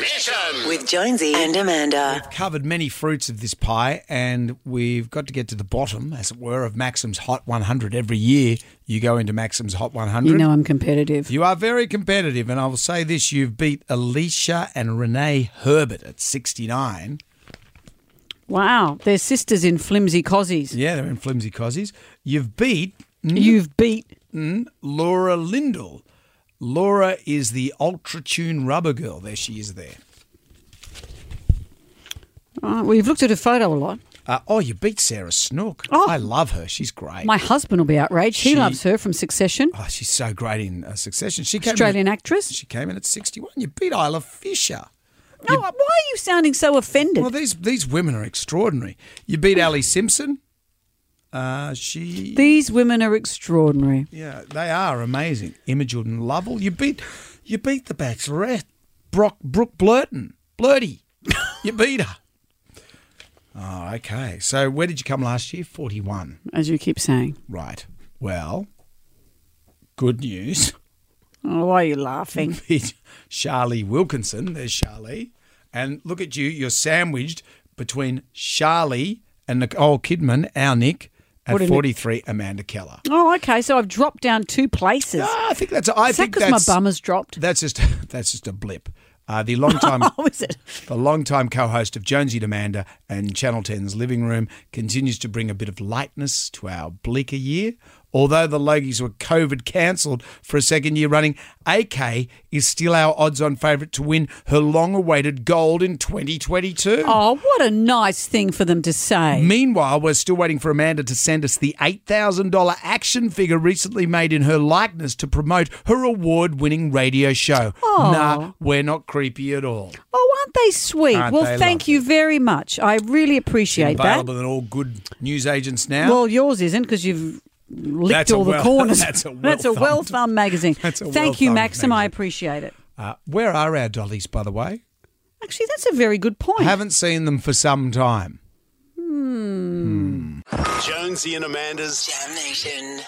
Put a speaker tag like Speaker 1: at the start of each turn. Speaker 1: Mission.
Speaker 2: With Jonesy and Amanda.
Speaker 3: covered many fruits of this pie, and we've got to get to the bottom, as it were, of Maxim's Hot 100. Every year you go into Maxim's Hot 100.
Speaker 4: You know I'm competitive.
Speaker 3: You are very competitive, and I will say this you've beat Alicia and Renee Herbert at 69.
Speaker 4: wow, they're sisters in flimsy cozies.
Speaker 3: Yeah, they're in flimsy cozies. You've beat
Speaker 4: You've beat.
Speaker 3: Laura Lindell. Laura is the ultra tune rubber girl. There she is there.
Speaker 4: Uh, well, you've looked at her photo a lot.
Speaker 3: Uh, oh, you beat Sarah Snook.
Speaker 4: Oh.
Speaker 3: I love her. She's great.
Speaker 4: My husband will be outraged. He
Speaker 3: She-
Speaker 4: loves her from Succession.
Speaker 3: oh, she's so great in uh, Succession. She came
Speaker 4: Australian
Speaker 3: in,
Speaker 4: actress.
Speaker 3: She came in at 61. You beat Isla Fisher.
Speaker 4: No, why are you sounding so offended?
Speaker 3: Well, these these women are extraordinary. You beat Ali Simpson. Uh, she,
Speaker 4: These women are extraordinary.
Speaker 3: yeah, they are amazing. Emma Jordan Lovell. You beat, you beat the Bachelorette, Brock Brooke Blurton, Blurty. You beat her. Oh, okay. So where did you come last year? Forty-one.
Speaker 4: As you keep saying.
Speaker 3: Right. Well, good news.
Speaker 4: Oh, why are you laughing?
Speaker 3: beat Charlie Wilkinson. There's Charlie. And look at you. You're sandwiched between Charlie and Nicole Kidman, our Nick, at
Speaker 4: What a Nick.
Speaker 3: 43, Amanda Keller.
Speaker 4: Oh, okay. So I've dropped down two places.
Speaker 3: Ah, I think that's. I
Speaker 4: Is that
Speaker 3: think
Speaker 4: because my
Speaker 3: that's.
Speaker 4: bum has dropped?
Speaker 3: That's just. That's just a blip. Uh, the long time.
Speaker 4: oh, is it?
Speaker 3: The long-time co-host of Jonesy Demander and Channel 10's Living Room continues to bring a bit of lightness to our bleaker year. Although the Logies were COVID cancelled for a second year running, AK is still our odds-on favourite to win her long-awaited gold in 2022.
Speaker 4: Oh, what a nice thing for them to say.
Speaker 3: Meanwhile, we're still waiting for Amanda to send us the $8,000 action figure recently made in her likeness to promote her award winning radio show.
Speaker 4: Oh.
Speaker 3: Nah, we're not creepy at all.
Speaker 4: Oh, aren't they sweet?
Speaker 3: Aren't
Speaker 4: well,
Speaker 3: they
Speaker 4: thank you very much. I really appreciate that.
Speaker 3: Available in all good news agents now.
Speaker 4: Well, yours isn't because you've licked
Speaker 3: That's a
Speaker 4: all the
Speaker 3: well-
Speaker 4: corners.
Speaker 3: that's a well-thumbed-
Speaker 4: well-thumbed magazine.
Speaker 3: That's a
Speaker 4: Thank you,
Speaker 3: well-thumbed
Speaker 4: Maxim. I
Speaker 3: magazine.
Speaker 4: appreciate it.
Speaker 3: Uh, where are our dollies, by the way?
Speaker 4: Actually, that's a very good point.
Speaker 3: Haven't seen them for some time.
Speaker 1: Jonesy and Amanda's
Speaker 2: Damnation.